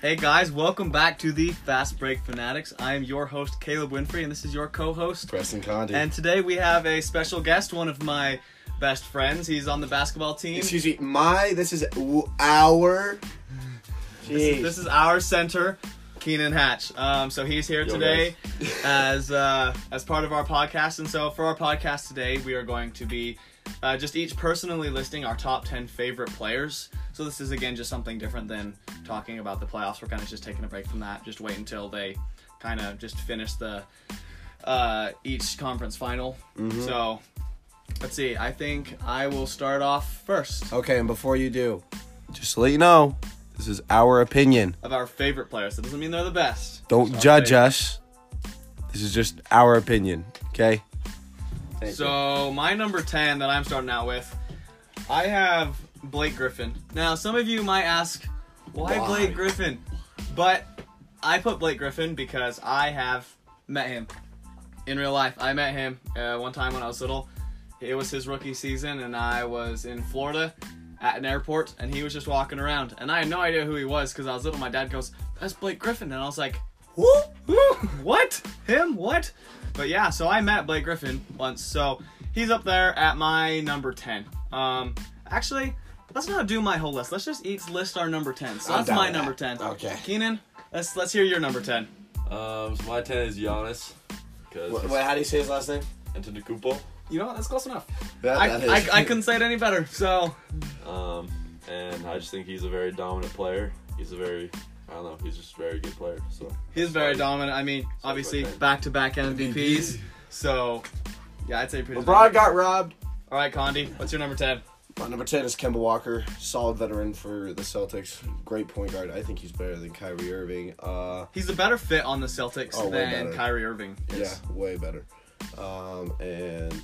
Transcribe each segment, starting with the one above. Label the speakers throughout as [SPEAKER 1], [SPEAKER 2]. [SPEAKER 1] Hey guys, welcome back to the Fast Break Fanatics. I am your host Caleb Winfrey, and this is your co-host.
[SPEAKER 2] Preston Condi.
[SPEAKER 1] And today we have a special guest, one of my best friends. He's on the basketball team.
[SPEAKER 2] Excuse me, my. This is w- our.
[SPEAKER 1] This is,
[SPEAKER 2] Jeez.
[SPEAKER 1] this is our center, Keenan Hatch. Um, so he's here
[SPEAKER 2] Yo,
[SPEAKER 1] today
[SPEAKER 2] guys.
[SPEAKER 1] as uh, as part of our podcast. And so for our podcast today, we are going to be uh, just each personally listing our top ten favorite players. So this is again just something different than talking about the playoffs. We're kind of just taking a break from that. Just wait until they kind of just finish the uh, each conference final.
[SPEAKER 2] Mm-hmm.
[SPEAKER 1] So. Let's see. I think I will start off first
[SPEAKER 2] okay, and before you do, just to let you know, this is our opinion.
[SPEAKER 1] of our favorite players. That doesn't mean they're the best.
[SPEAKER 2] Don't
[SPEAKER 1] Sorry.
[SPEAKER 2] judge us. This is just our opinion. Okay.
[SPEAKER 1] So my number ten that I'm starting out with, I have Blake Griffin. Now some of you might ask, why,
[SPEAKER 2] Why?
[SPEAKER 1] Blake Griffin? But I put Blake Griffin because I have met him in real life. I met him uh, one time when I was little. It was his rookie season, and I was in Florida at an airport, and he was just walking around, and I had no idea who he was because I was little. My dad goes, "That's Blake Griffin," and I was like,
[SPEAKER 2] Woo!
[SPEAKER 1] what? Him? What? But yeah, so I met Blake Griffin once, so he's up there at my number 10. Um, actually, let's not do my whole list. Let's just each list our number 10. So
[SPEAKER 2] I'm
[SPEAKER 1] that's
[SPEAKER 2] down
[SPEAKER 1] my
[SPEAKER 2] with
[SPEAKER 1] number
[SPEAKER 2] that.
[SPEAKER 1] 10.
[SPEAKER 2] Okay.
[SPEAKER 1] Keenan, let's let's hear your number 10.
[SPEAKER 3] Um, so my ten is Giannis. Cause
[SPEAKER 2] Wait, how do you say his last name?
[SPEAKER 3] Antetokounmpo.
[SPEAKER 1] You know what? That's close enough.
[SPEAKER 2] That,
[SPEAKER 1] I, I, I couldn't say it any better. So
[SPEAKER 3] Um, and I just think he's a very dominant player. He's a very, I don't know, he's just a very good player. So
[SPEAKER 1] he's very dominant. I mean, obviously,
[SPEAKER 3] okay.
[SPEAKER 1] back to back MVPs. So yeah, I'd say pretty
[SPEAKER 2] LeBron got robbed.
[SPEAKER 1] All right, Condi, what's your number 10?
[SPEAKER 2] My number ten is Kemba Walker, solid veteran for the Celtics, great point guard. I think he's better than Kyrie Irving. Uh,
[SPEAKER 1] He's a better fit on the Celtics
[SPEAKER 2] Oh, way
[SPEAKER 1] than
[SPEAKER 2] better.
[SPEAKER 1] Kyrie Irving is.
[SPEAKER 2] Yeah, way better. Um, and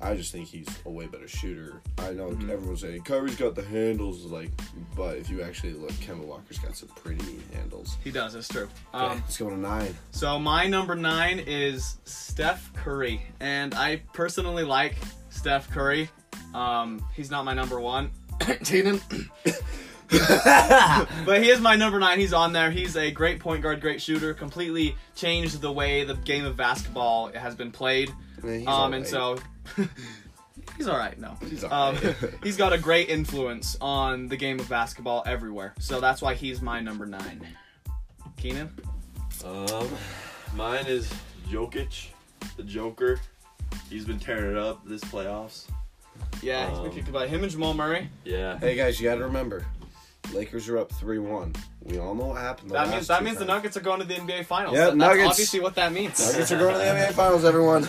[SPEAKER 2] I just think he's a way better shooter. I know everyone's saying Kyrie's got the handles, like, but if you actually look, Kemba Walker's got some pretty neat handles.
[SPEAKER 1] He does, it's true. Um,
[SPEAKER 2] Um, Let's go to nine.
[SPEAKER 1] So my number nine is Steph Curry, and I personally like Steph Curry. Um, he's not my number one, Keenan, but he is my number nine. He's on there. He's a great point guard, great shooter. Completely changed the way the game of basketball has been played.
[SPEAKER 2] Man, he's
[SPEAKER 1] Um, and
[SPEAKER 2] alright.
[SPEAKER 1] so he's all right. No,
[SPEAKER 2] He's
[SPEAKER 1] um,
[SPEAKER 2] alright.
[SPEAKER 1] he's got a great influence on the game of basketball everywhere. So that's why he's my number nine. Keenan.
[SPEAKER 3] Um, mine is Jokic, the Joker. He's been tearing it up this playoffs.
[SPEAKER 1] Yeah, he's been
[SPEAKER 3] Um,
[SPEAKER 1] kicked by him and Jamal Murray.
[SPEAKER 3] Yeah.
[SPEAKER 2] hey guys, you got to remember, Lakers are up three-one. We all know what happened. The
[SPEAKER 1] That
[SPEAKER 2] last
[SPEAKER 1] means that
[SPEAKER 2] two
[SPEAKER 1] means the
[SPEAKER 2] times.
[SPEAKER 1] Nuggets are going to the NBA Finals.
[SPEAKER 2] Yeah,
[SPEAKER 1] That- that's
[SPEAKER 2] Nuggets.
[SPEAKER 1] obviously what that means.
[SPEAKER 2] Nuggets are going to the NBA Finals, everyone.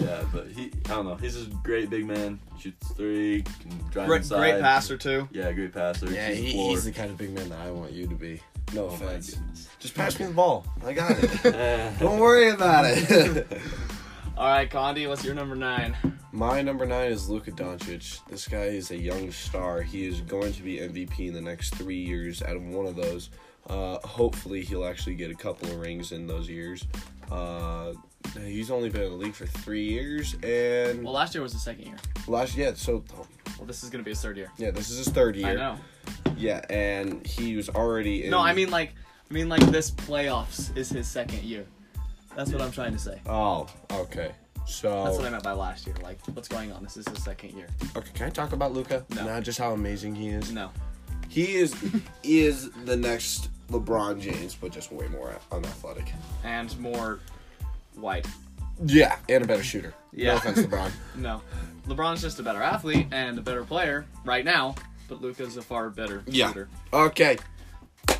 [SPEAKER 3] Yeah, but he, I don't know, he's just a great big man. Shoots three, can drive
[SPEAKER 1] Great,
[SPEAKER 3] inside.
[SPEAKER 1] great passer too.
[SPEAKER 3] Yeah, great passer.
[SPEAKER 2] yeah,
[SPEAKER 3] Sees the
[SPEAKER 2] he,
[SPEAKER 3] floor.
[SPEAKER 2] he's the kind of big man that I want you to be. No
[SPEAKER 3] Oh my
[SPEAKER 2] offense.
[SPEAKER 3] goodness.
[SPEAKER 2] Just pass me the ball. I got it.
[SPEAKER 3] Eh.
[SPEAKER 2] Don't worry about it.
[SPEAKER 1] All right, Condi, what's your number nine?
[SPEAKER 2] My number nine is Luka Doncic. This guy is a young star. He is going to be MVP in the next three years out of one of those. Uh, hopefully, he'll actually get a couple of rings in those years. Uh, he's only been in the league for three years, and
[SPEAKER 1] Well, last year was the second year.
[SPEAKER 2] last yeah, so
[SPEAKER 1] Well, this is gonna be his third year.
[SPEAKER 2] yeah, this is his third year.
[SPEAKER 1] I know.
[SPEAKER 2] Yeah, and he was already in.
[SPEAKER 1] No, I mean like, I mean like this playoffs is his second year. That's what I'm trying to say.
[SPEAKER 2] Oh, okay. So
[SPEAKER 1] That's what I meant by last year. Like, what's going on? This is his second year.
[SPEAKER 2] okay, can I talk about Luca?
[SPEAKER 1] No.
[SPEAKER 2] Not just how amazing he is.
[SPEAKER 1] No.
[SPEAKER 2] He is is the next LeBron James, but just way more unathletic.
[SPEAKER 1] And more white.
[SPEAKER 2] Yeah, and a better shooter.
[SPEAKER 1] Yeah.
[SPEAKER 2] No offense, LeBron.
[SPEAKER 1] No. LeBron's just a better athlete and a better player right now, but Luca's a far better
[SPEAKER 2] Yeah.
[SPEAKER 1] shooter.
[SPEAKER 2] okay.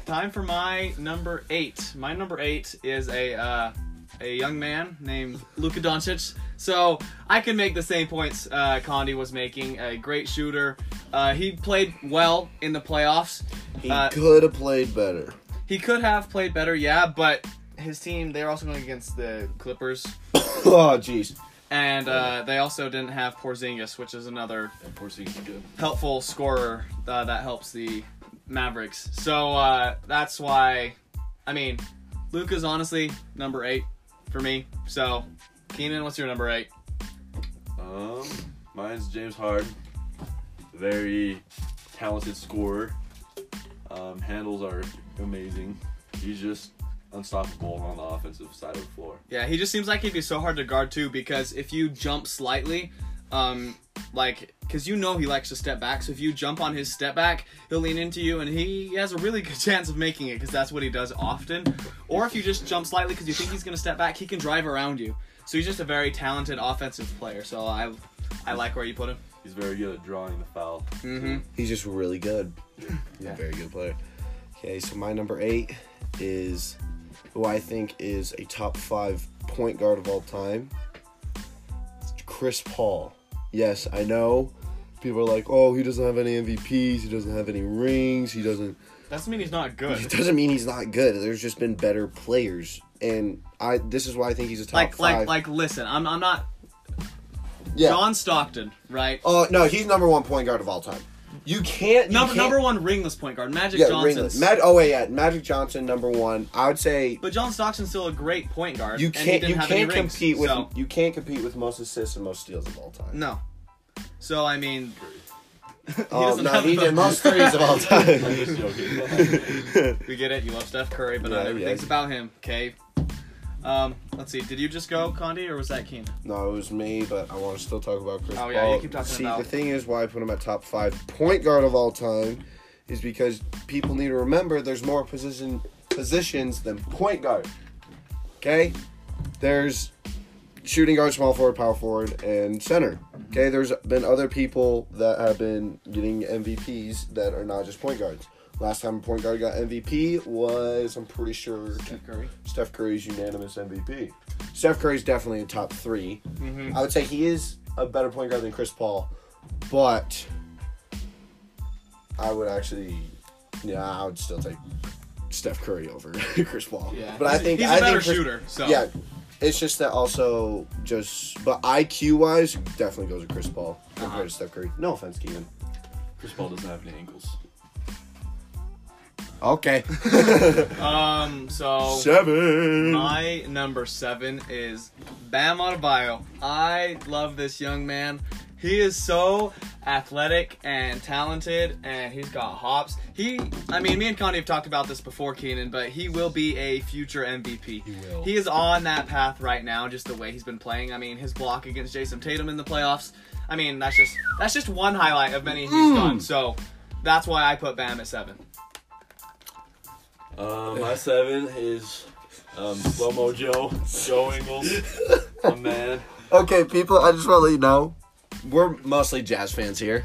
[SPEAKER 1] Time for my number eight. My number eight is a uh, a young man named Luka Doncic. So I can make the same points uh, Condi was making. A great shooter. Uh, he played well in the playoffs.
[SPEAKER 2] He
[SPEAKER 1] Uh,
[SPEAKER 2] could have played better.
[SPEAKER 1] He could have played better, yeah, but his team they were also going against the Clippers,
[SPEAKER 2] Oh, jeez.
[SPEAKER 1] and uh, they also didn't have Porzingis, which is another
[SPEAKER 3] Of course he's good.
[SPEAKER 1] helpful scorer uh, that helps the Mavericks. So uh, that's why, I mean, Luca's honestly number eight for me. So, Keenan, what's your number eight?
[SPEAKER 3] Um, mine's James Harden. Very talented scorer. Um, handles are amazing. He's just unstoppable on the offensive side of the floor.
[SPEAKER 1] Yeah, he just seems like he'd be so hard to guard too because if you jump slightly, um, like, cause you know he likes to step back. So if you jump on his step back, he'll lean into you, and he has a really good chance of making it because that's what he does often. Or if you just jump slightly because you think he's gonna step back, he can drive around you. So he's just a very talented offensive player. So I, I like where you put him.
[SPEAKER 3] He's very good at drawing the foul.
[SPEAKER 1] Mm-hmm.
[SPEAKER 2] He's just really good. He's
[SPEAKER 1] Yeah.
[SPEAKER 2] a very good player. Okay, so my number eight is who I think is a top five point guard of all time. It's Chris Paul. Yes, I know. People are like, oh, he doesn't have any MVPs, he doesn't have any rings, he doesn't
[SPEAKER 1] Doesn't mean he's not
[SPEAKER 2] it
[SPEAKER 1] good.
[SPEAKER 2] doesn't mean he's not good. There's just been better players. And I this is why I think he's a top
[SPEAKER 1] Like,
[SPEAKER 2] five.
[SPEAKER 1] like, like. Listen, I'm, I'm not
[SPEAKER 2] yeah.
[SPEAKER 1] John Stockton, right?
[SPEAKER 2] Oh no, he's number one point guard of all time. You can't you
[SPEAKER 1] number
[SPEAKER 2] can't-
[SPEAKER 1] number one ringless point guard, Magic
[SPEAKER 2] Yeah,
[SPEAKER 1] Johnson.
[SPEAKER 2] Ringless. Mag- oh wait, yeah, Magic Johnson number one. I would say
[SPEAKER 1] But John Stockton's still a great point guard.
[SPEAKER 2] you
[SPEAKER 1] and he
[SPEAKER 2] can't
[SPEAKER 1] didn't
[SPEAKER 2] you
[SPEAKER 1] have any
[SPEAKER 2] can't
[SPEAKER 1] rings,
[SPEAKER 2] compete with
[SPEAKER 1] so-
[SPEAKER 2] you can't compete with most assists and most steals of all time.
[SPEAKER 1] no. So I mean, he
[SPEAKER 2] oh,
[SPEAKER 1] doesn't
[SPEAKER 2] no,
[SPEAKER 1] have
[SPEAKER 2] he
[SPEAKER 1] the-
[SPEAKER 2] did most threes of all
[SPEAKER 3] I'm just
[SPEAKER 2] time.
[SPEAKER 3] joking.
[SPEAKER 1] We get it. You love Steph Curry, but not
[SPEAKER 2] Yeah,
[SPEAKER 1] everything's
[SPEAKER 2] yeah.
[SPEAKER 1] about him. Okay. Um, let's see. Did you just go Condi or was that Keen?
[SPEAKER 2] no, it was me, but I want to still talk about Chris
[SPEAKER 1] Oh,
[SPEAKER 2] Paul.
[SPEAKER 1] yeah, you keep talking
[SPEAKER 2] See,
[SPEAKER 1] about-
[SPEAKER 2] the thing is why I put him at top five point guard of all time is because people need to remember there's more position positions than point guard. Okay, there's shooting guard, small forward, power forward, and center. Okay,
[SPEAKER 1] Mm-hmm.
[SPEAKER 2] there's been other people that have been getting MVPs that are not just point guards. Last time a point guard got MVP was, I'm pretty sure,
[SPEAKER 1] Steph Curry.
[SPEAKER 2] Steph Curry's unanimous MVP. Steph Curry's definitely in top 3
[SPEAKER 1] Mm-hmm.
[SPEAKER 2] I would say he is a better point guard than Chris Paul, but I would actually, yeah, I would still take Steph Curry over Chris Paul.
[SPEAKER 1] Yeah.
[SPEAKER 2] but I
[SPEAKER 1] He's-
[SPEAKER 2] think
[SPEAKER 1] he's a
[SPEAKER 2] I
[SPEAKER 1] better
[SPEAKER 2] think Chris-
[SPEAKER 1] shooter. So
[SPEAKER 2] yeah, it's just that also just but IQ wise definitely goes with Chris Paul compared
[SPEAKER 1] Uh-huh.
[SPEAKER 2] to Steph Curry. No offense, Keegan.
[SPEAKER 3] Chris Paul doesn't have any ankles.
[SPEAKER 2] Okay.
[SPEAKER 1] Um. So
[SPEAKER 2] Seven.
[SPEAKER 1] my number seven is Bam Adebayo. I love this young man. He is so athletic and talented, and he's got hops. He, I mean, me and Condi have talked about this before, Keenan, but he will be a future MVP.
[SPEAKER 2] He will.
[SPEAKER 1] He is on that path right now, just the way he's been playing. I mean, his block against Jason Tatum in the playoffs. I mean, that's just that's just one highlight of many he's
[SPEAKER 2] Mm.
[SPEAKER 1] done. So that's why I put Bam at seven.
[SPEAKER 3] Uh, my seven is um, Slow Mo Joe, Joe Ingles, a man.
[SPEAKER 2] Okay, people, I just want to let you know. We're mostly jazz fans here.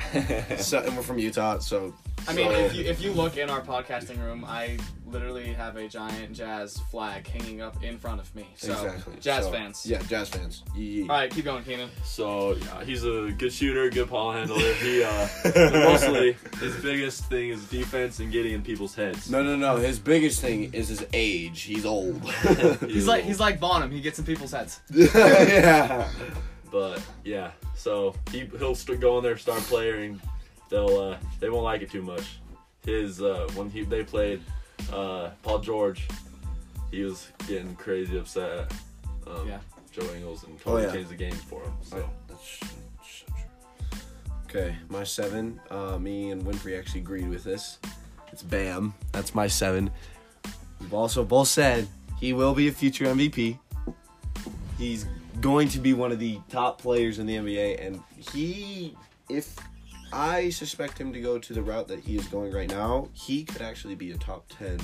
[SPEAKER 2] so, and we're from Utah, so
[SPEAKER 1] I mean,
[SPEAKER 2] so-
[SPEAKER 1] if you if you look in our podcasting room, I literally have a giant jazz flag hanging up in front of me. So jazz
[SPEAKER 2] so-
[SPEAKER 1] fans.
[SPEAKER 2] Yeah, jazz fans. Yee.
[SPEAKER 1] All right, keep going, Keenan.
[SPEAKER 3] So yeah, he's a good shooter, good ball handler. He uh, mostly his biggest thing is defense and getting in people's heads.
[SPEAKER 2] No, no, no. His biggest thing is his age. He's old.
[SPEAKER 1] He's like he's like Bonham. He gets in people's heads.
[SPEAKER 2] yeah.
[SPEAKER 3] But yeah, so he he'll st- go in there, star player, and they'll uh, they won't like it too much. His uh, when he they played uh, Paul George, he was getting crazy upset. At, um,
[SPEAKER 1] Yeah.
[SPEAKER 3] Joe Ingles and
[SPEAKER 2] Oh,
[SPEAKER 3] totally
[SPEAKER 2] yeah.
[SPEAKER 3] changed the game for him. So
[SPEAKER 2] Oh, That's- that's so true. Okay, my seven. Uh, me and Winfrey actually agreed with this. It's Bam. That's my seven. We've also both said he will be a future MVP. He's going to be one of the top players in the NBA, and he, if I suspect him to go to the route that he is going right now, he could actually be a top ten,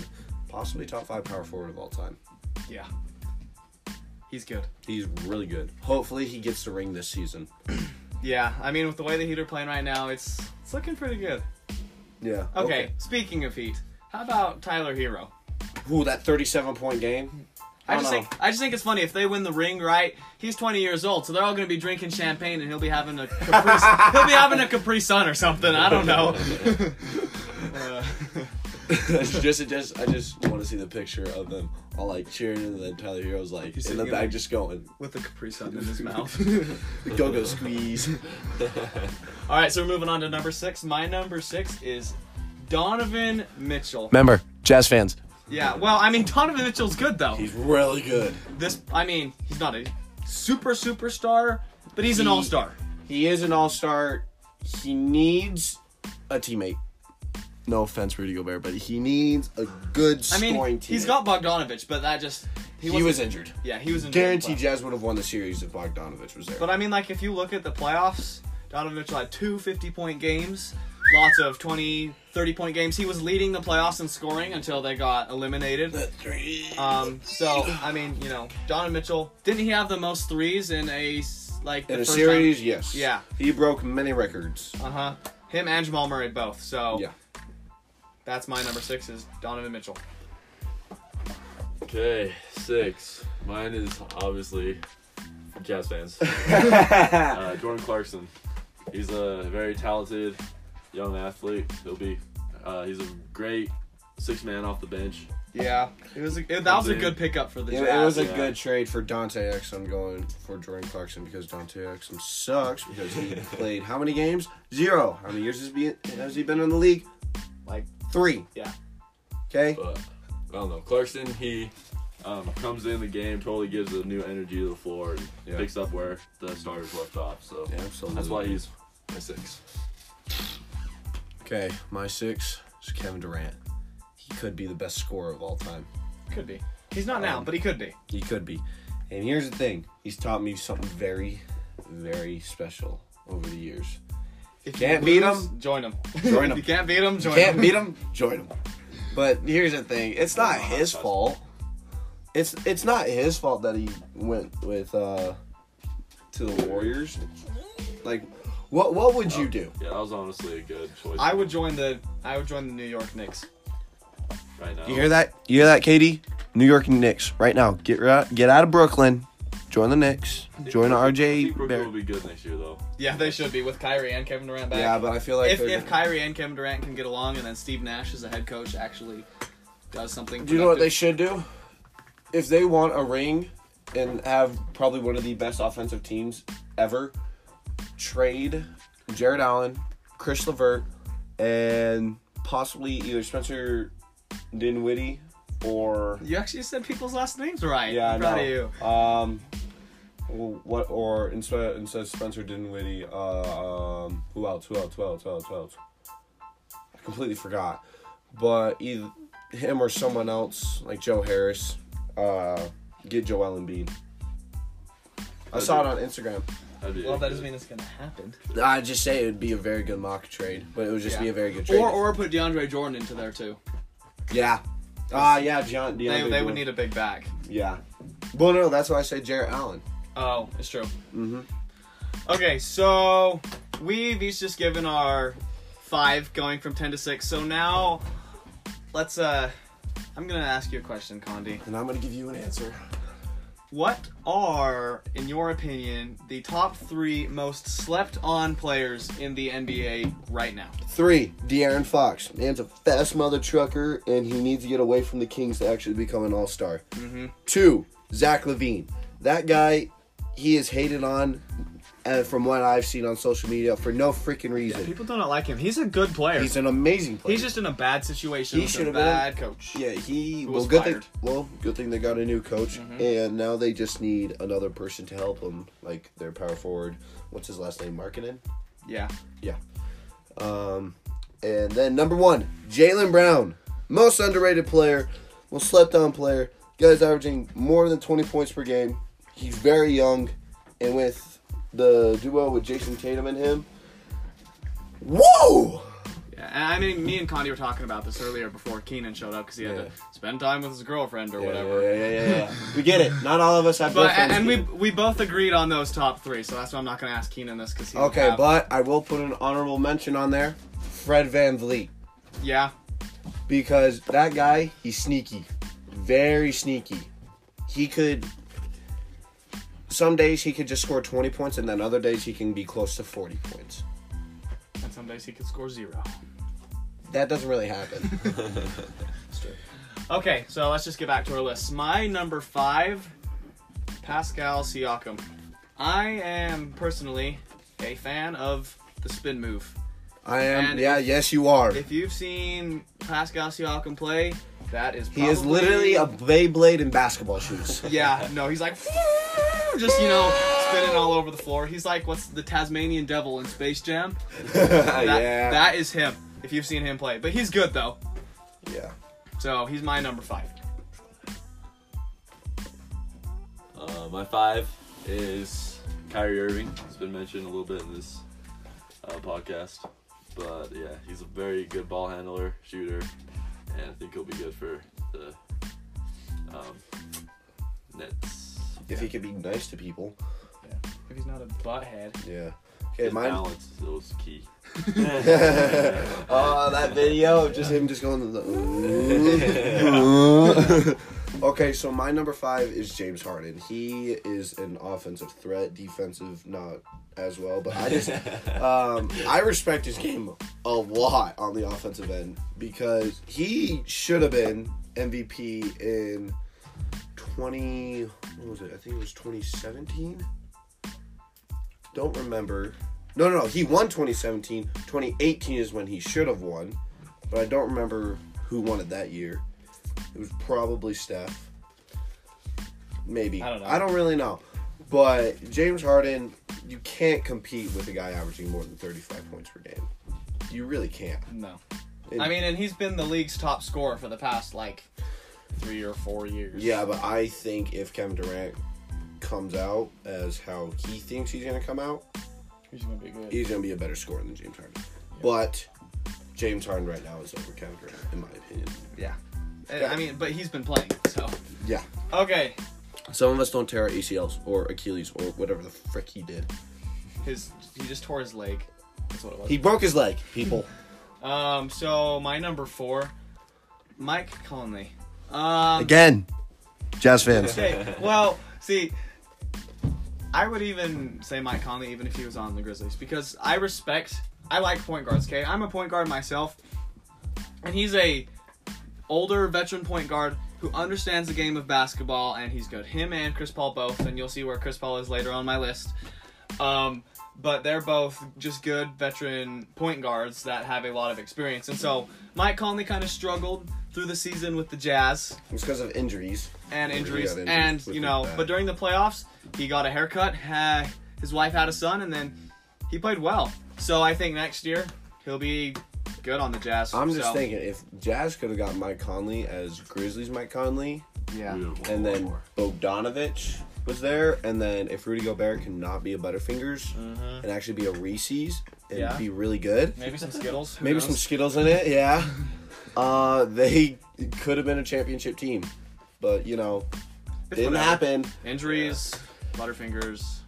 [SPEAKER 2] possibly top five power forward of all time.
[SPEAKER 1] Yeah. He's good.
[SPEAKER 2] He's really good. Hopefully, he gets the ring this season.
[SPEAKER 1] Yeah, I mean, with the way the Heat are playing right now, it's it's looking pretty good.
[SPEAKER 2] Yeah.
[SPEAKER 1] Okay, speaking of Heat, how about Tyler Hero?
[SPEAKER 2] Ooh, that 37 point game.
[SPEAKER 1] I
[SPEAKER 2] I
[SPEAKER 1] just
[SPEAKER 2] don't
[SPEAKER 1] think I just think it's funny if they win the ring, right? He's 20 years old, so they're all gonna be drinking champagne, and he'll be having a Capri, he'll be having a Capri Sun or something. I don't know. Uh,
[SPEAKER 2] It's just, it just, I just want to see the picture of them all like cheering, and then Tyler Hero's like
[SPEAKER 1] He's
[SPEAKER 2] in the
[SPEAKER 1] sitting
[SPEAKER 2] back
[SPEAKER 1] in-
[SPEAKER 2] just going,
[SPEAKER 1] with a Capri Sun in his mouth.
[SPEAKER 2] go go squeeze.
[SPEAKER 1] all right, so we're moving on to number six. My number six is Donovan Mitchell.
[SPEAKER 2] Remember, Jazz fans.
[SPEAKER 1] Yeah, well, I mean Donovan Mitchell's good though.
[SPEAKER 2] He's really good.
[SPEAKER 1] This, I mean, he's not a super superstar, but he's an
[SPEAKER 2] He-
[SPEAKER 1] all star.
[SPEAKER 2] He is an all star. He needs a teammate. no offense, Rudy Gobert, but he needs a good
[SPEAKER 1] I
[SPEAKER 2] scoring
[SPEAKER 1] mean,
[SPEAKER 2] team.
[SPEAKER 1] he's got Bogdanovich, but that just
[SPEAKER 2] He,
[SPEAKER 1] wasn't-
[SPEAKER 2] was injured.
[SPEAKER 1] Yeah, he was in
[SPEAKER 2] Guaranteed, Jazz would have won the series if Bogdanovich was there.
[SPEAKER 1] But I mean, like if you look at the playoffs, Donovan Mitchell had two 50-point games, lots of 20, 30-point games. He was leading the playoffs in scoring until they got eliminated. Um, so I mean, you know, Donovan Mitchell didn't he have the most threes in a s- like the
[SPEAKER 2] in a
[SPEAKER 1] first
[SPEAKER 2] series, yes.
[SPEAKER 1] Yeah.
[SPEAKER 2] He broke many records.
[SPEAKER 1] Uh huh. Him and Jamal Murray both. So
[SPEAKER 2] Yeah.
[SPEAKER 1] that's my number six is Donovan Mitchell.
[SPEAKER 3] Okay, six. Mine is obviously Jazz fans. uh, Jordan Clarkson. He's a very talented young athlete. He'll be. Uh, he's a great six man off the bench.
[SPEAKER 1] Yeah, it was a, it, that was a good pickup for the
[SPEAKER 2] It,
[SPEAKER 1] Jazz.
[SPEAKER 2] it was a
[SPEAKER 3] yeah.
[SPEAKER 2] good trade for Dante Exum going for Jordan Clarkson because Dante Exum sucks because he played how many games? Zero. How many years has, he has he been in the league?
[SPEAKER 1] like
[SPEAKER 2] Three.
[SPEAKER 1] Yeah.
[SPEAKER 2] Okay.
[SPEAKER 3] But I don't know. Clarkson, he um, comes in the game, totally gives a new energy to the floor, and
[SPEAKER 2] Yeah.
[SPEAKER 3] picks up where the starters left off. So
[SPEAKER 2] Absolutely.
[SPEAKER 3] that's why he's my six.
[SPEAKER 2] Okay, my six is Kevin Durant. He could be the best scorer of all time.
[SPEAKER 1] could be. He's not now,
[SPEAKER 2] Um,
[SPEAKER 1] but he could be.
[SPEAKER 2] He could be. And here's the thing he's taught me something very, very special over the years.
[SPEAKER 1] If
[SPEAKER 2] can't
[SPEAKER 1] you
[SPEAKER 2] beat
[SPEAKER 1] lose,
[SPEAKER 2] 'em,
[SPEAKER 1] Join him.
[SPEAKER 2] join 'em.
[SPEAKER 1] you can't beat him. Join
[SPEAKER 2] Can't
[SPEAKER 1] him.
[SPEAKER 2] beat him, join him. But here's the thing it's not his fault. It's it's not his fault that he went with uh to the Warriors. Like what what would you do?
[SPEAKER 3] Yeah, that was honestly a good choice.
[SPEAKER 1] I would join the I would join the New York Knicks.
[SPEAKER 3] right now.
[SPEAKER 2] You hear that? You hear that, Katie? New York Knicks right now. Get ra- get out of Brooklyn. Join the Knicks. Join
[SPEAKER 3] I
[SPEAKER 2] RJ.
[SPEAKER 3] think Brooklyn will
[SPEAKER 2] Barrett.
[SPEAKER 3] be good next year though.
[SPEAKER 1] Yeah, they should be with Kyrie and Kevin Durant back.
[SPEAKER 2] Yeah, but I feel like
[SPEAKER 1] if
[SPEAKER 2] they're-
[SPEAKER 1] if Kyrie and Kevin Durant can get along, and then Steve Nash as a head coach actually does something.
[SPEAKER 2] Do you know what they
[SPEAKER 1] productive.
[SPEAKER 2] should do? If they want a ring and have probably one of the best offensive teams ever, trade Jared Allen, Chris Levert, and possibly either Spencer Dinwiddie or
[SPEAKER 1] You actually said people's last names right.
[SPEAKER 2] yeah,
[SPEAKER 1] I'm proud
[SPEAKER 2] I
[SPEAKER 1] of you.
[SPEAKER 2] know. Um, wh- what or instead instead of Spencer Dinwiddie, uh, um, who else? Who else? Who else? Who else? Who else? I completely forgot, but either him or someone else like Joe Harris, uh, get Joel Embiid. I saw it on Instagram.
[SPEAKER 3] That'd be
[SPEAKER 1] Well, that
[SPEAKER 3] good.
[SPEAKER 1] doesn't mean it's gonna happen.
[SPEAKER 2] I'd just say it would be a very good mock trade, but it would just
[SPEAKER 1] Yeah.
[SPEAKER 2] be a very good trade.
[SPEAKER 1] Or or put DeAndre Jordan into there too.
[SPEAKER 2] yeah, ah, yeah, John.
[SPEAKER 1] They, they would need a big back.
[SPEAKER 2] yeah. Well, no, that's why I say Jared Allen.
[SPEAKER 1] Oh, it's true.
[SPEAKER 2] Mm-hmm.
[SPEAKER 1] Okay, so we've each just given our five going from ten to six. So now let's uh I'm gonna ask you a question, Condi.
[SPEAKER 2] And I'm gonna give you an answer.
[SPEAKER 1] What are, in your opinion, the top three most slept on players in the NBA right now?
[SPEAKER 2] Three, De'Aaron Fox. Man's a fast mother trucker, and he needs to get away from the Kings to actually become an all star.
[SPEAKER 1] Mm-hmm.
[SPEAKER 2] Two, Zach Levine. That guy, he is hated on, uh, from what I've seen on social media, for no freaking reason.
[SPEAKER 1] People do not like him. He's a good player.
[SPEAKER 2] He's
[SPEAKER 1] He's,
[SPEAKER 2] an amazing player.
[SPEAKER 1] just in a bad situation.
[SPEAKER 2] He
[SPEAKER 1] with a
[SPEAKER 2] should've been-
[SPEAKER 1] bad coach.
[SPEAKER 2] yeah, he
[SPEAKER 1] was
[SPEAKER 2] well good
[SPEAKER 1] fired. Mm-hmm.
[SPEAKER 2] thing. Well, good thing they got a new coach, and now they just need another person to help them, like their power forward. What's his last name? Markkinen.
[SPEAKER 1] Yeah.
[SPEAKER 2] Yeah. Um, and then number one, Jalen Brown, most underrated player, most slept on player. Guy's averaging more than 20 points per game. He's very young, and with the duo with Jason Tatum and him, whoa!
[SPEAKER 1] Yeah. And I mean, me and Condi were talking about this earlier before Keenan showed up because he had
[SPEAKER 2] Yeah.
[SPEAKER 1] to spend time with his girlfriend or whatever.
[SPEAKER 2] yeah, yeah, yeah. we get it. Not all of us have.
[SPEAKER 1] But and,
[SPEAKER 2] girlfriends,
[SPEAKER 1] and we
[SPEAKER 2] Keaton.
[SPEAKER 1] we both agreed on those top three, so that's why I'm not gonna ask Keenan this because he
[SPEAKER 2] Okay,
[SPEAKER 1] have,
[SPEAKER 2] but I will put an honorable mention on there, Fred Van Vliet.
[SPEAKER 1] yeah,
[SPEAKER 2] because that guy he's sneaky very sneaky he could some days he could just score 20 points and then other days he can be close to 40 points
[SPEAKER 1] and some days he could score zero.
[SPEAKER 2] that doesn't really happen
[SPEAKER 1] Okay, so let's just get back to our list. My number five, Pascal Siakam. I am personally a fan of the spin move.
[SPEAKER 2] i am
[SPEAKER 1] And
[SPEAKER 2] yeah
[SPEAKER 1] if-
[SPEAKER 2] yes you are
[SPEAKER 1] If you've seen Pascal Siakam play, that is
[SPEAKER 2] he is
[SPEAKER 1] probably-
[SPEAKER 2] literally a Beyblade in basketball shoes
[SPEAKER 1] yeah. No, he's like just you know spinning all over the floor. He's like what's the Tasmanian devil in Space Jam? That,
[SPEAKER 2] Oh, yeah
[SPEAKER 1] that is him. if you've seen him play. But he's good though,
[SPEAKER 2] Yeah.
[SPEAKER 1] so he's my number five.
[SPEAKER 3] Uh, my five is Kyrie Irving. It's been mentioned a little bit in this uh, podcast, but yeah, he's a very good ball handler, shooter, and I think he'll be good for the um, Nets.
[SPEAKER 2] If he could be nice to people.
[SPEAKER 1] If he's not a butthead.
[SPEAKER 2] Yeah. Okay,
[SPEAKER 3] His
[SPEAKER 2] mine.
[SPEAKER 3] balance is was key.
[SPEAKER 2] oh, that video of just him just going. The, "Mm-hmm." okay, so my number five is James Harden. He is an offensive threat, defensive not as well, but I just um, I respect his game a lot on the offensive end because he should have been MVP in twenty. What was it? I think it was twenty seventeen. Don't remember. No, no, no. He won 2017. 2018 is when he should have won, but I don't remember who won it that year. It was probably Steph. Maybe.
[SPEAKER 1] I don't know.
[SPEAKER 2] I don't really know. But James Harden, you can't compete with a guy averaging more than 35 points per game. You really can't.
[SPEAKER 1] No.
[SPEAKER 2] It-
[SPEAKER 1] I mean, and he's been the league's top scorer for the past like three or four years.
[SPEAKER 2] Yeah, but I think if Kevin Durant comes out as how he thinks he's going to come out,
[SPEAKER 1] He's gonna be good.
[SPEAKER 2] he's going to be a better scorer than James Harden. But James Harden right now is over Kevin Durant, in my opinion.
[SPEAKER 1] Yeah. I- I mean, but he's been playing, so.
[SPEAKER 2] Yeah.
[SPEAKER 1] Okay.
[SPEAKER 2] Some of us don't tear our ACLs or Achilles or whatever the frick he did.
[SPEAKER 1] His he just tore his leg. That's what it was.
[SPEAKER 2] He broke his leg, people.
[SPEAKER 1] um. So my number four, Mike Conley. Um.
[SPEAKER 2] Again, Jazz fans.
[SPEAKER 1] Okay. Well, see, I would even say Mike Conley even if he was on the Grizzlies because I respect, I like point guards. Okay, I'm a point guard myself, and he's a older veteran point guard who understands the game of basketball, and he's good. Him and Chris Paul both, and you'll see where Chris Paul is later on my list. Um, but they're both just good veteran point guards that have a lot of experience, and so Mike Conley kind of struggled through the season with the Jazz
[SPEAKER 2] It's because of injuries.
[SPEAKER 1] and
[SPEAKER 2] Yeah,
[SPEAKER 1] injuries,
[SPEAKER 2] he got injured
[SPEAKER 1] and
[SPEAKER 2] with
[SPEAKER 1] you
[SPEAKER 2] his
[SPEAKER 1] know,
[SPEAKER 2] back.
[SPEAKER 1] but during the playoffs, he got a haircut. ha- his wife had a son, and then he played well. So I think next year he'll be good on the Jazz.
[SPEAKER 2] I'm just
[SPEAKER 1] So,
[SPEAKER 2] thinking if Jazz could have got Mike Conley as Grizzlies Mike Conley,
[SPEAKER 1] Yeah.
[SPEAKER 2] and then Bogdanovich was there, and then if Rudy Gobert can not be a Butterfingers and actually be a Reese's and
[SPEAKER 1] Yeah.
[SPEAKER 2] be really good,
[SPEAKER 1] Mm-hmm. Maybe some Skittles. who
[SPEAKER 2] maybe
[SPEAKER 1] knows?
[SPEAKER 2] some Skittles in it, yeah. Uh, they could have been a championship team, but you know,
[SPEAKER 1] It's
[SPEAKER 2] didn't
[SPEAKER 1] whatever.
[SPEAKER 2] happen.
[SPEAKER 1] Injuries, butterfingers,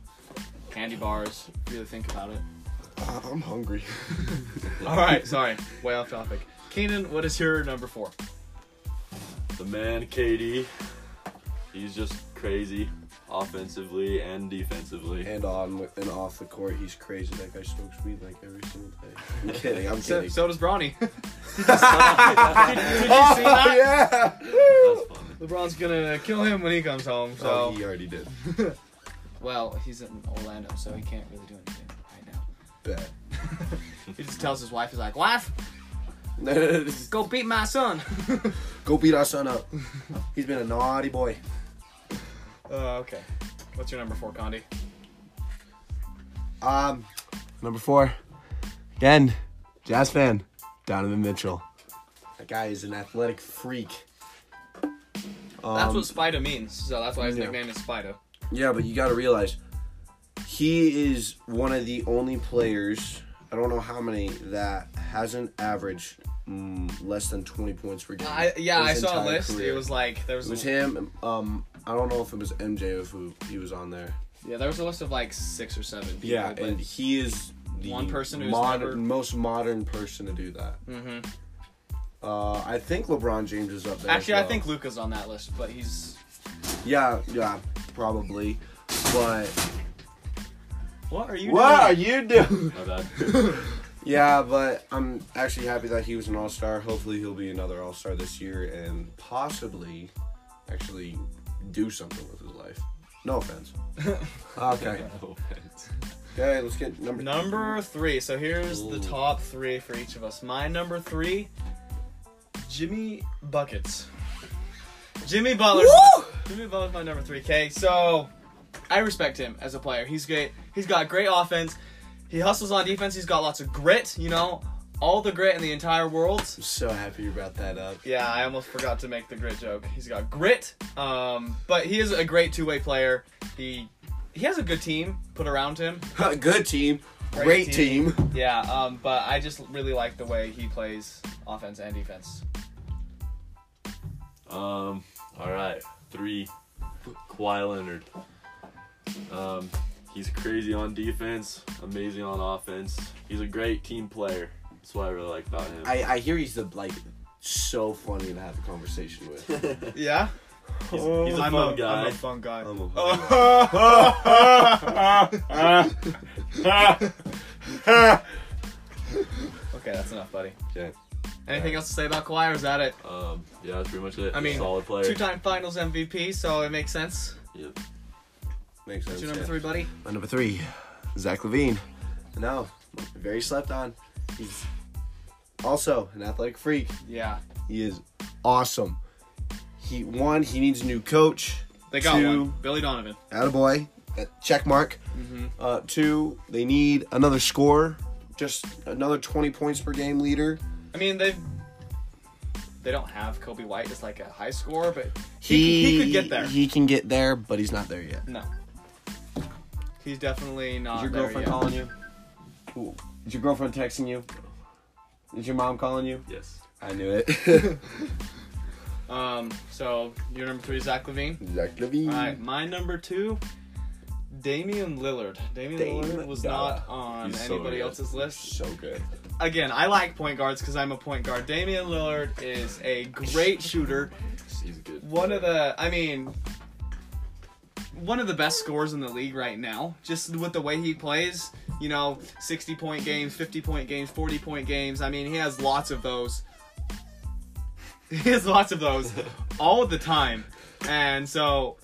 [SPEAKER 1] candy bars. if you Really think about it.
[SPEAKER 2] Uh, I'm hungry.
[SPEAKER 1] All right, sorry, way off topic. Keenan, what is your number four?
[SPEAKER 3] The man, KD, he's just crazy offensively and defensively.
[SPEAKER 2] and on and off the court, he's crazy. That guy smokes weed like every single day. I'm kidding. I'm
[SPEAKER 1] So,
[SPEAKER 2] kidding.
[SPEAKER 1] so does Bronny. did, did you see that?
[SPEAKER 2] Oh, yeah.
[SPEAKER 3] That's funny.
[SPEAKER 1] LeBron's gonna kill him when he comes home. So.
[SPEAKER 2] Oh, he already did.
[SPEAKER 1] Well, he's in Orlando, so he can't really do anything right now.
[SPEAKER 2] Bet.
[SPEAKER 1] He just tells his wife, he's like, Wife, go beat my son.
[SPEAKER 2] Go beat our son up. He's been a naughty boy.
[SPEAKER 1] uh, okay. What's your number four, Condi?
[SPEAKER 2] Um, number four, again, jazz fan, Donovan Mitchell. That guy is an athletic freak. Um,
[SPEAKER 1] that's what Spida means, so that's why his
[SPEAKER 2] yeah.
[SPEAKER 1] nickname is Spida.
[SPEAKER 2] Yeah, but you got to realize he is one of the only players. I don't know how many that hasn't averaged mm, less than twenty points per game.
[SPEAKER 1] I, yeah, I
[SPEAKER 2] his
[SPEAKER 1] saw a
[SPEAKER 2] entire
[SPEAKER 1] list. It
[SPEAKER 2] career.
[SPEAKER 1] was like, there was,
[SPEAKER 2] it was
[SPEAKER 1] a,
[SPEAKER 2] him. Um, I don't know if it was MJ or if who he was on there.
[SPEAKER 1] yeah, there was a list of like six or seven people.
[SPEAKER 2] Yeah, and he is the
[SPEAKER 1] One person who's
[SPEAKER 2] modern,
[SPEAKER 1] never-
[SPEAKER 2] most modern person to do that.
[SPEAKER 1] hmm
[SPEAKER 2] Uh, I think LeBron James is up there. as
[SPEAKER 1] Actually, I
[SPEAKER 2] well.
[SPEAKER 1] think Luca's on that list, but he's.
[SPEAKER 2] Yeah, yeah, probably. But
[SPEAKER 1] What are you
[SPEAKER 2] what are
[SPEAKER 1] doing?
[SPEAKER 2] you doing?
[SPEAKER 3] My bad.
[SPEAKER 2] Yeah, but I'm actually happy that he was an All Star. Hopefully, he'll be another All Star this year and possibly actually do something with his life. No offense. okay.
[SPEAKER 3] No offense.
[SPEAKER 2] Okay, let's get number.
[SPEAKER 1] Number three. So here's the
[SPEAKER 3] Ooh.
[SPEAKER 1] top three for each of us. My number three, Jimmy Buckets. Jimmy Butler.
[SPEAKER 2] Woo!
[SPEAKER 1] Jimmy Butler's my number three. K. So I respect him as a player. He's great. He's got great offense. He hustles on defense. He's got lots of grit. You know, all the grit in the entire world.
[SPEAKER 2] I'm so happy you brought that up.
[SPEAKER 1] Yeah, I almost forgot to make the grit joke. He's got grit, um, but he is a great two-way player. He he has a good team put around him.
[SPEAKER 2] Good team.
[SPEAKER 1] Great
[SPEAKER 2] Great,
[SPEAKER 1] team.
[SPEAKER 2] team.
[SPEAKER 1] Yeah, um, but I just really like the way he plays offense and defense.
[SPEAKER 3] Um, all right, three, Kawhi Leonard. Um, he's crazy on defense, amazing on offense. He's a great team player. That's what I really like about him.
[SPEAKER 2] I, I hear he's the like so funny to have a conversation with.
[SPEAKER 1] Yeah,
[SPEAKER 3] he's, he's a
[SPEAKER 1] Oh, I'm
[SPEAKER 3] fun
[SPEAKER 1] a,
[SPEAKER 3] guy. Oh.
[SPEAKER 1] I'm a fun guy.
[SPEAKER 2] I'm a-
[SPEAKER 1] Oh. okay, that's enough, buddy.
[SPEAKER 2] Okay.
[SPEAKER 1] Anything else to say about Kawhi, or is that it?
[SPEAKER 3] um, yeah, that's pretty much it.
[SPEAKER 1] I
[SPEAKER 3] He's a
[SPEAKER 1] mean,
[SPEAKER 3] solid player.
[SPEAKER 1] Two-time Finals MVP, so it makes sense.
[SPEAKER 3] Yep.
[SPEAKER 2] Makes sense.
[SPEAKER 1] What's your number
[SPEAKER 2] yeah.
[SPEAKER 1] three, buddy?
[SPEAKER 2] My number three, Zach Levine. No, very slept on. He's also an athletic freak.
[SPEAKER 1] Yeah,
[SPEAKER 2] He is awesome. He one, he needs a new coach.
[SPEAKER 1] they got
[SPEAKER 2] Two.
[SPEAKER 1] one. Billy Donovan.
[SPEAKER 2] Attaboy, that check mark.
[SPEAKER 1] Mm-hmm.
[SPEAKER 2] Uh, two, they need another scorer, just another 20 points per game leader.
[SPEAKER 1] I mean, they they don't have Kobe White as like a high scorer, but
[SPEAKER 2] He,
[SPEAKER 1] he, he could get there.
[SPEAKER 2] He can get there, but he's not there yet.
[SPEAKER 1] no, he's definitely not.
[SPEAKER 2] Is your
[SPEAKER 1] there
[SPEAKER 2] girlfriend
[SPEAKER 1] yet.
[SPEAKER 2] calling you? Ooh. Is your girlfriend texting you? Is your mom calling you?
[SPEAKER 3] Yes.
[SPEAKER 2] I knew it.
[SPEAKER 1] Um, so your number three, is Zach Levine.
[SPEAKER 2] Zach Levine.
[SPEAKER 1] All right, my number two, Damian Lillard. Damian
[SPEAKER 2] Dame
[SPEAKER 1] Lillard was
[SPEAKER 2] Dollar.
[SPEAKER 1] not on
[SPEAKER 3] He's so
[SPEAKER 1] anybody
[SPEAKER 3] good.
[SPEAKER 1] else's list.
[SPEAKER 2] So good.
[SPEAKER 1] Again, I like point guards because I'm a point guard. Damian Lillard is a great shooter.
[SPEAKER 3] He's good.
[SPEAKER 1] One of the, I mean, one of the best scorers in the league right now. Just with the way he plays, you know, 60 point games, 50 point games, 40 point games. I mean, he has lots of those. He has lots of those all the time. And so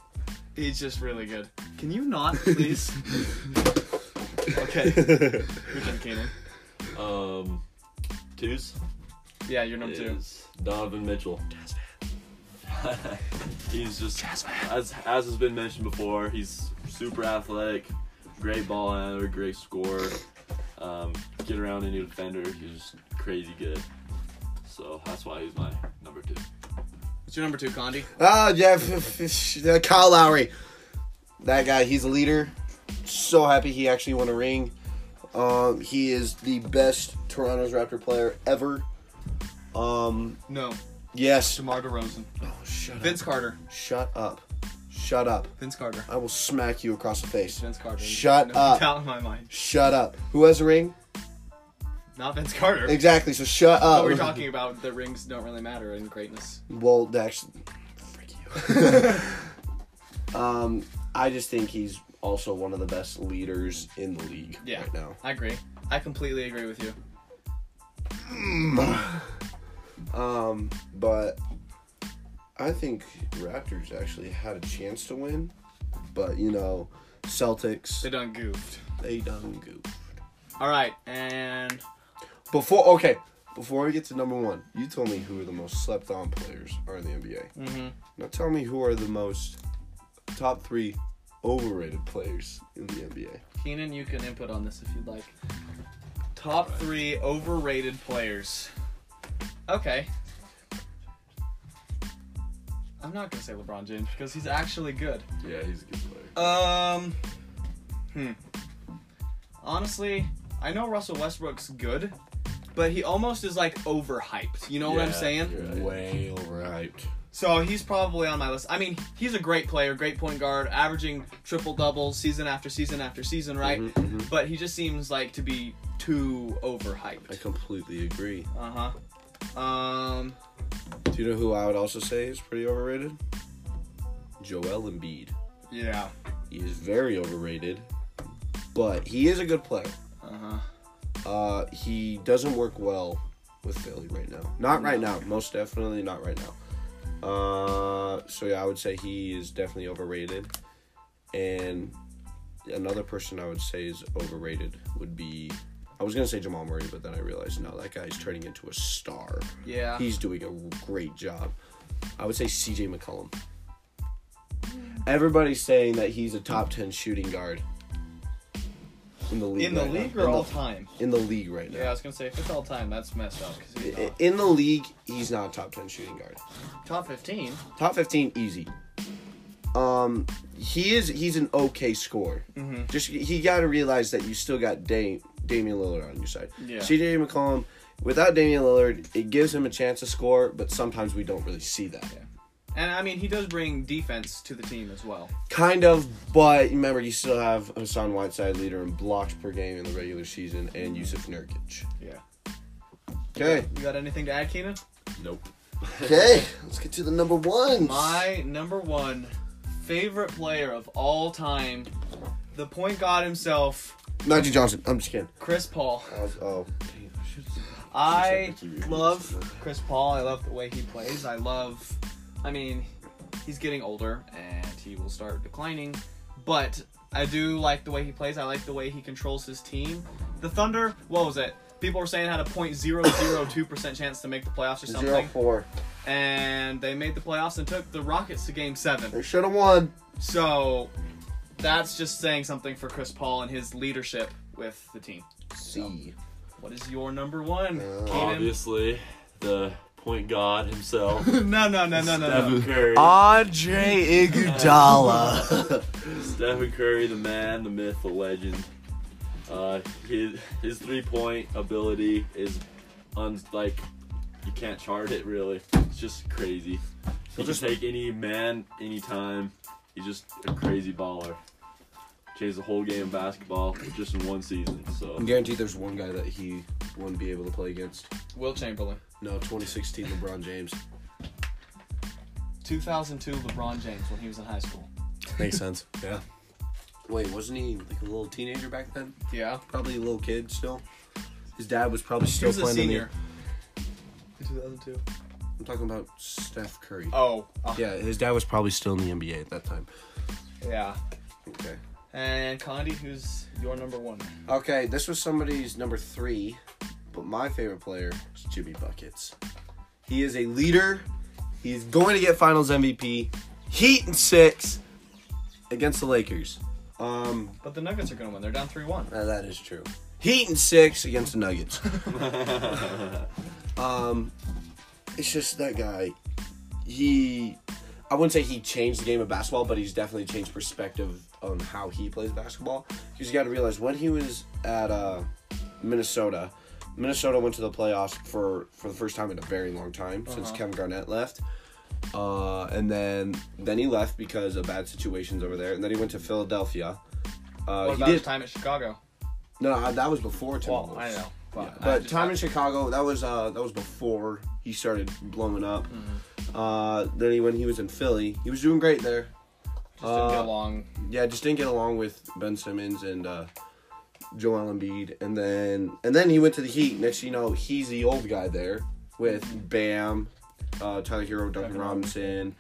[SPEAKER 1] he's just really good. Can you not, please? okay. Your turn, Keenan.
[SPEAKER 3] Um, twos
[SPEAKER 1] Yeah, you're number two.
[SPEAKER 3] is Donovan Mitchell. he's just as as has been mentioned before. He's super athletic, great ball handler, great scorer. Um, get around any defender. He's just crazy good. So that's why he's my number two.
[SPEAKER 1] What's your number two, Condi?
[SPEAKER 2] Ah, yeah, Kyle Lowry. That guy, he's a leader. So happy he actually won a ring. Um, he is the best Toronto's Raptor player ever. Um,
[SPEAKER 1] No,
[SPEAKER 2] yes.
[SPEAKER 1] DeMar DeRozan.
[SPEAKER 2] Oh, shut
[SPEAKER 1] Vince Carter.
[SPEAKER 2] up. Shut up. Shut up.
[SPEAKER 1] Vince Carter.
[SPEAKER 2] I will smack you across the face.
[SPEAKER 1] Vince Carter.
[SPEAKER 2] Shut
[SPEAKER 1] no
[SPEAKER 2] up.
[SPEAKER 1] doubt in my mind.
[SPEAKER 2] Shut up. Who has a ring?
[SPEAKER 1] Not Vince Carter.
[SPEAKER 2] Exactly. So shut up.
[SPEAKER 1] But we're talking about the rings don't really matter in greatness.
[SPEAKER 2] Well, actually, freak you. um, I just think he's also one of the best leaders in the league
[SPEAKER 1] Yeah.
[SPEAKER 2] right now.
[SPEAKER 1] I agree. I completely agree with you.
[SPEAKER 2] Um, but I think Raptors actually had a chance to win, but you know, Celtics
[SPEAKER 1] They done goofed.
[SPEAKER 2] they done goofed.
[SPEAKER 1] All right, and
[SPEAKER 2] Before okay, before we get to number one, you told me who are the most slept on players are in the NBA.
[SPEAKER 1] mhm.
[SPEAKER 2] Now tell me who are the most top three overrated players in the NBA.
[SPEAKER 1] Keenan, you can input on this if you'd like. Top three overrated players. Okay. I'm not gonna say LeBron James because he's actually good.
[SPEAKER 3] Yeah, he's a good player.
[SPEAKER 1] Um. Hmm. Honestly, I know Russell Westbrook's good, but he almost is like overhyped. You know what I'm saying?
[SPEAKER 2] Way overhyped.
[SPEAKER 1] So he's probably on my list. I mean, he's a great player, great point guard, averaging triple doubles season after season after season, right?
[SPEAKER 2] Mhm, mhm.
[SPEAKER 1] But he just seems like to be too
[SPEAKER 2] I
[SPEAKER 1] overhyped.
[SPEAKER 2] completely agree.
[SPEAKER 1] Uh huh. Um.
[SPEAKER 2] Do you know who I would also say is pretty overrated? Joel Embiid.
[SPEAKER 1] Yeah.
[SPEAKER 2] He is very overrated, but he is a good player.
[SPEAKER 1] Uh huh.
[SPEAKER 2] Uh, he doesn't work well with Philly right now. Not right now. Most definitely not right now. Uh, so yeah, I would say he is definitely overrated. And another person I would say is overrated would be. I was gonna say Jamal Murray, but then I realized no, that guy's turning into a star.
[SPEAKER 1] Yeah.
[SPEAKER 2] He's doing a great job. I would say CJ McCollum.
[SPEAKER 1] Hmm.
[SPEAKER 2] Everybody's saying that he's a top 10 shooting guard. in the league.
[SPEAKER 1] in the
[SPEAKER 2] right now.
[SPEAKER 1] league or
[SPEAKER 2] in
[SPEAKER 1] all
[SPEAKER 2] the,
[SPEAKER 1] time?
[SPEAKER 2] in the league right
[SPEAKER 1] Yeah, I
[SPEAKER 2] now.
[SPEAKER 1] was gonna say if it's all time, that's messed up. 'cause he's
[SPEAKER 2] I-
[SPEAKER 1] not.
[SPEAKER 2] In the league, he's not a top ten shooting guard.
[SPEAKER 1] Top fifteen.
[SPEAKER 2] Top fifteen, easy. Um, he is. He's an okay scorer.
[SPEAKER 1] Mm-hmm.
[SPEAKER 2] Just he got to realize that you still got Dame, Damian Lillard on your side.
[SPEAKER 1] Yeah.
[SPEAKER 2] C.J. McCollum. Without Damian Lillard, it gives him a chance to score, but sometimes we don't really see that.
[SPEAKER 1] And I mean, he does bring defense to the team as well.
[SPEAKER 2] Kind of, but remember, you still have Hassan Whiteside leader in blocks per game in the regular season and Yusuf Nurkic.
[SPEAKER 1] Yeah.
[SPEAKER 2] Okay.
[SPEAKER 1] You got anything to add, Keenan?
[SPEAKER 3] Nope.
[SPEAKER 2] Okay, let's get to the number one.
[SPEAKER 1] My number one favorite player of all time, the point god himself,
[SPEAKER 2] Magic Johnson. I'm just kidding.
[SPEAKER 1] Chris Paul.
[SPEAKER 2] I was- oh,
[SPEAKER 1] I love Chris Paul. I love the way he plays. I love, I mean, he's getting older and he will start declining, but I do like the way he plays. I like the way he controls his team. The Thunder, what was it? People were saying had a 0.002% chance to make the playoffs or
[SPEAKER 2] zero
[SPEAKER 1] something.
[SPEAKER 2] four.
[SPEAKER 1] And they made the playoffs and took the Rockets to game seven.
[SPEAKER 2] They should have won.
[SPEAKER 1] So that's just saying something for Chris Paul and his leadership with the team.
[SPEAKER 2] C.
[SPEAKER 1] What is your number one,
[SPEAKER 2] Uh,
[SPEAKER 1] Keenan?
[SPEAKER 3] Obviously, the point god himself,
[SPEAKER 1] no, no, no, no, no, no.
[SPEAKER 3] Stephen Curry.
[SPEAKER 2] Ah, Andre Iguodala.
[SPEAKER 3] Stephen Curry, the man, the myth, the legend. Uh, his his three point ability is un- like you can't chart it really. It's just crazy. He'll just take any man, anytime. He's just a crazy baller. Changed the whole game of basketball just in one season. So
[SPEAKER 2] I'm guaranteed there's one guy that he wouldn't be able to play against.
[SPEAKER 1] Will Chamberlain.
[SPEAKER 2] No, 2016 LeBron James.
[SPEAKER 1] 2002 LeBron James when he was in high school.
[SPEAKER 2] Makes sense. Yeah. Wait, wasn't he like a little teenager back then?
[SPEAKER 1] Yeah.
[SPEAKER 2] Probably a little kid still. His dad was probably
[SPEAKER 1] He
[SPEAKER 2] still
[SPEAKER 1] was a
[SPEAKER 2] playing in
[SPEAKER 1] senior.
[SPEAKER 2] the.
[SPEAKER 1] In 2002.
[SPEAKER 2] I'm talking about Steph Curry.
[SPEAKER 1] Oh.
[SPEAKER 2] Yeah, his dad was probably still in the NBA at that time.
[SPEAKER 1] Yeah.
[SPEAKER 2] Okay.
[SPEAKER 1] And Condi, who's your number one?
[SPEAKER 2] Okay, this was somebody's number three, but my favorite player is Jimmy Buckets. He is a leader. He's going to get Finals MVP. Heat and six against the Lakers. Um,
[SPEAKER 1] But the Nuggets are going to win. They're down 3 1.
[SPEAKER 2] uh, that is true. Heat and six against the Nuggets. um, it's just that guy. He, I wouldn't say he changed the game of basketball, but he's definitely changed perspective on how he plays basketball. Because you got to realize when he was at uh, Minnesota, Minnesota went to the playoffs for for the first time in a very long time since
[SPEAKER 1] Uh-huh.
[SPEAKER 2] Kevin Garnett left. Uh, and then then he left because of bad situations over there, and then he went to Philadelphia. Uh,
[SPEAKER 1] What
[SPEAKER 2] he
[SPEAKER 1] about
[SPEAKER 2] did,
[SPEAKER 1] his time at Chicago?
[SPEAKER 2] no, I- that was before
[SPEAKER 1] Well,
[SPEAKER 2] Timberwolves.
[SPEAKER 1] I know. But,
[SPEAKER 2] Yeah,
[SPEAKER 1] I
[SPEAKER 2] but
[SPEAKER 1] just-
[SPEAKER 2] time in Chicago, that was uh, that was before he started blowing up.
[SPEAKER 1] Mm-hmm.
[SPEAKER 2] Uh, then he, when he was in Philly, he was doing great there.
[SPEAKER 1] just didn't get
[SPEAKER 2] uh,
[SPEAKER 1] along.
[SPEAKER 2] Yeah, just didn't get along with Ben Simmons and uh, Joel Embiid, and then and then he went to the Heat. Next, thing you know, he's the old guy there with Bam, uh, Tyler Hero, Duncan
[SPEAKER 1] Mm-hmm. Duncan
[SPEAKER 2] Robinson.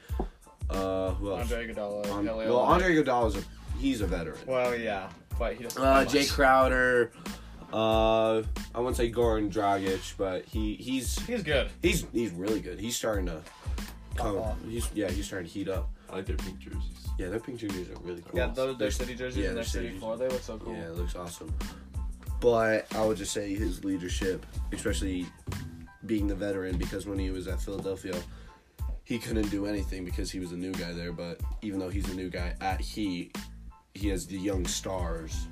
[SPEAKER 2] Uh, who else?
[SPEAKER 1] Andre Iguodala.
[SPEAKER 2] Um,
[SPEAKER 1] Kelly
[SPEAKER 2] well,
[SPEAKER 1] Olynyk.
[SPEAKER 2] Andre Iguodala is a he's a veteran.
[SPEAKER 1] Well, yeah, but he doesn't.
[SPEAKER 2] Uh,
[SPEAKER 1] play
[SPEAKER 2] Jay
[SPEAKER 1] much.
[SPEAKER 2] Crowder. Uh, I won't say Goran Dragic, but he he's
[SPEAKER 1] He's good.
[SPEAKER 2] he's he's really good. He's starting to come.
[SPEAKER 1] off.
[SPEAKER 2] He's yeah, he's starting to heat up.
[SPEAKER 3] I like their pink jerseys.
[SPEAKER 2] Yeah, their pink jerseys are really cool.
[SPEAKER 1] Yeah, those their
[SPEAKER 2] There's-
[SPEAKER 1] city jerseys
[SPEAKER 2] yeah,
[SPEAKER 1] and
[SPEAKER 2] their
[SPEAKER 1] their city
[SPEAKER 2] city-
[SPEAKER 1] floor. They look so cool.
[SPEAKER 2] Yeah, it looks awesome. But I would just say his leadership, especially being the veteran, because when he was at Philadelphia, he couldn't do anything because he was a new guy there. But even though he's a new guy at Heat, he has the young stars,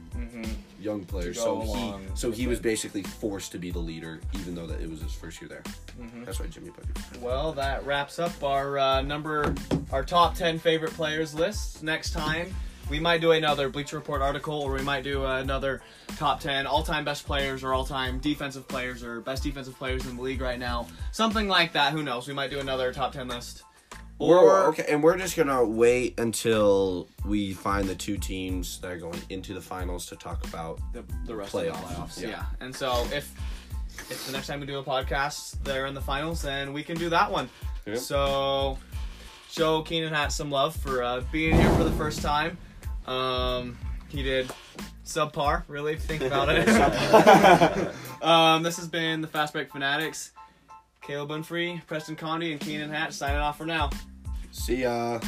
[SPEAKER 2] young players.
[SPEAKER 1] Mm-hmm. go
[SPEAKER 2] So
[SPEAKER 1] along
[SPEAKER 2] he so
[SPEAKER 1] with
[SPEAKER 2] he was
[SPEAKER 1] it.
[SPEAKER 2] basically forced to be the leader, even though that it was his first year there.
[SPEAKER 1] Mm-hmm.
[SPEAKER 2] That's why Jimmy Bucket.
[SPEAKER 1] Well, that wraps up our uh, number, our top 10 favorite players list. Next time, we might do another Bleacher Report article, or we might do uh, another top 10 all time best players, or all time defensive players, or best defensive players in the league right now. Something like that. Who knows? We might do another top 10 list.
[SPEAKER 2] We're, okay, and we're just gonna wait until we find the two teams that are going into the finals to talk about
[SPEAKER 1] the, the rest
[SPEAKER 2] Playoffs,
[SPEAKER 1] of the playoffs.
[SPEAKER 2] yeah.
[SPEAKER 1] Yeah. And so if if the next time we do a podcast, they're in the finals, then we can do that one.
[SPEAKER 2] Yep.
[SPEAKER 1] So show Keenan Hat some love for uh, being here for the first time. Um, he did subpar, really, if you think about it. um, this has been the Fast Break Fanatics. Caleb Unfree, Preston Condi, and Keenan Hat signing off for now.
[SPEAKER 2] See ya.